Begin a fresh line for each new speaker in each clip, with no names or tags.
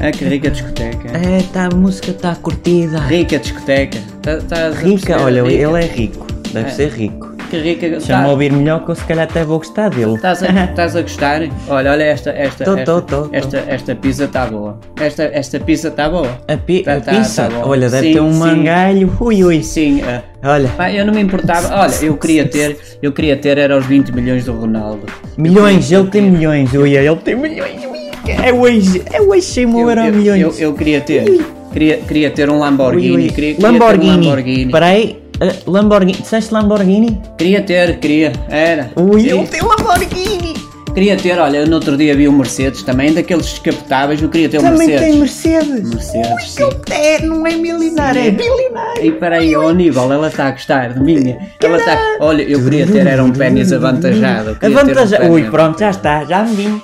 É que rica discoteca.
É, tá, a música está curtida.
Rica discoteca. Tá- estás a
É. Rica,
perceber?
olha,
Rica.
ele é rico. Deve
É.
ser rico.
Que rica.
Deixa-me
tá-
ouvir melhor que eu se calhar até vou gostar dele.
Estás a, estás a gostar? Olha, olha esta esta
Tô,
esta,
tô, tô, tô. É
esta esta pizza está boa. Esta esta pizza está boa.
A, pi
Tá-
a
tá-
pizza,
tá bom.
olha, deve
Sim,
ter um
sim.
mangalho. Ui, ui.
Sim. ah,
Olha,
pá, eu não me importava. Olha, eu queria ter, eu queria ter era os 20 milhões do Ronaldo.
milhões, ele tem milhões. Ui, ele tem milhões. ui. É hoje, é hoje,
Eu,
chegou a
eu,
milhões.
eu- eu queria ter, queria, queria ter um Lamborghini,
Ui, ui.
Queria, queria
Lamborghini.
ter um Lamborghini.
Espera aí. Ah, Lamborghini. Disseste Lamborghini?
Queria ter, queria, era.
Ui,
Eu-
ele tem um Lamborghini.
Queria ter, olha, eu no outro dia vi um Mercedes também, daqueles descapotáveis, eu queria ter um
Também
Mercedes.
tem Mercedes.
Mercedes, sim.
Ele é, não é milionário, é bilionário.
E peraí, ó Aníbal, ela está a gostar de mim. Ela está. Olha, eu queria ter, era um pênis avantajado. eu queria ter um
Avantaja...
pênis.
É Ui, pronto, já está, já me vim.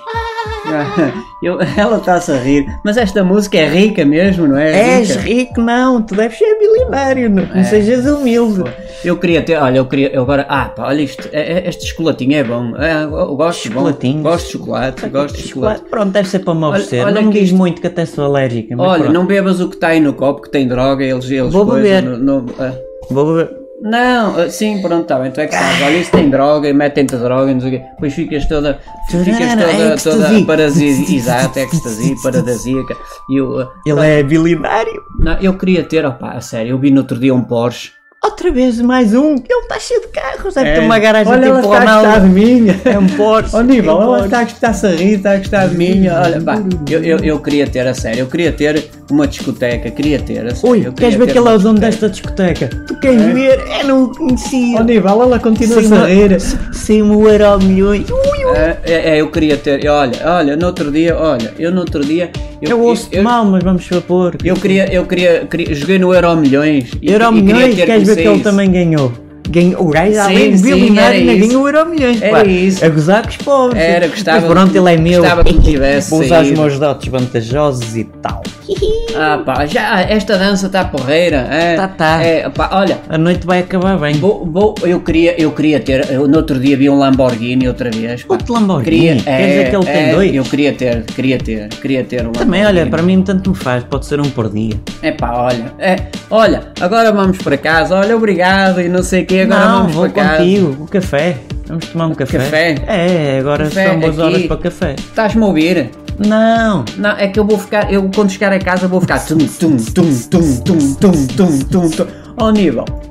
Eu, ela está-se a rir. Mas esta música é rica mesmo, não é? É
És rico, não, tu deves ser bilionário, não, não sejas humilde.
Eu queria ter, olha, eu queria, eu agora, ah pá, olha isto, é- é- este chocolatinho é bom, É, eu gosto, bom,
Chocolatinhos.
gosto de chocolate, gosto de chocolate.
Pronto, deve ser para me oferecer.
olha
não me
que
diz
isto-
muito que até sou alérgica, mas
Olha,
pronto.
não bebas o que está aí no copo, que tem droga, eles, eles
Vou
coisam,
beber.
não- não- ah.
Vou beber.
Não, ah, sim, pronto, está bem, tu é que sabes. Olha, isso tem droga, e metem-te droga, e não sei o quê. Depois ficas toda, ficas
Tarara,
toda, toda
ecstasy.
parasíaca, exato, êxtase, paradisíaca. E eu, ah,
Ele é bilionário.
não, eu queria ter, opá, a sério, eu vi no outro dia um Porsche.
Outra vez mais um. Ele está cheio de carros. Deve ter
É.
uma garagem
Olha,
tipo
ela está a gostar
Ronaldo.
de mim.
É um Porsche.
Ó Níbal,
é um
ela
Porsche.
está a gostar a rir, está a gostar de mim. Olha, pá, eu, eu, eu queria ter, a sério, eu queria ter uma discoteca, queria ter, a sério.
Ui,
eu
queres
queria
ver
ter um
que ele é
uma
o dono desta discoteca? Tu queres ver? É, não o conhecia.
Ó Níbal, ela continua-se a rir.
Sem o um euro ao milhões. Ui, ui.
É, é, é, eu queria ter, olha, olha, no outro dia, olha, eu no outro dia, eu,
Eu ouço
eu,
mal, mas vamos supor.
eu queria, eu queria, queria- joguei no Euro Milhões. e-
Euro
e queria
milhões,
ter
queres ver que ele
vocês.
também ganhou? Ganhou, o gajo, além de
sim, era
bilionário, ainda
isso.
ganhou euro milhões.
Era isso.
A gozar com os pobres.
Era, gostava
Mas pronto,
que-
ele é meu.
gostava que me tivesse
Vou usar os
saído.
meus dotes vantajosos e tal.
Ah pá, já, esta dança está porreira, é,
Tá, tá.
é, pá, olha,
A noite vai acabar bem.
vou, vou, eu queria, eu queria ter, eu, no outro dia vi um Lamborghini outra vez, pá.
Outro Lamborghini?
Queria,
Quer dizer que ele tem
é,
dois?
Eu queria ter, queria ter, queria ter um
Também,
Lamborghini.
olha, para mim tanto me faz, pode ser um por dia.
É pá, olha, é, olha, agora vamos para casa, olha, obrigado e não sei o que, agora
não,
vamos
vou
para casa.
contigo, o café. Vamos tomar um café.
Café?
É, agora
Café
são boas
aqui.
horas para café.
Estás-me a ouvir?
Não,
Não, é que eu vou ficar, eu quando chegar a casa vou ficar tum tum tum tum tum tum tum tum tum. Ó Nível,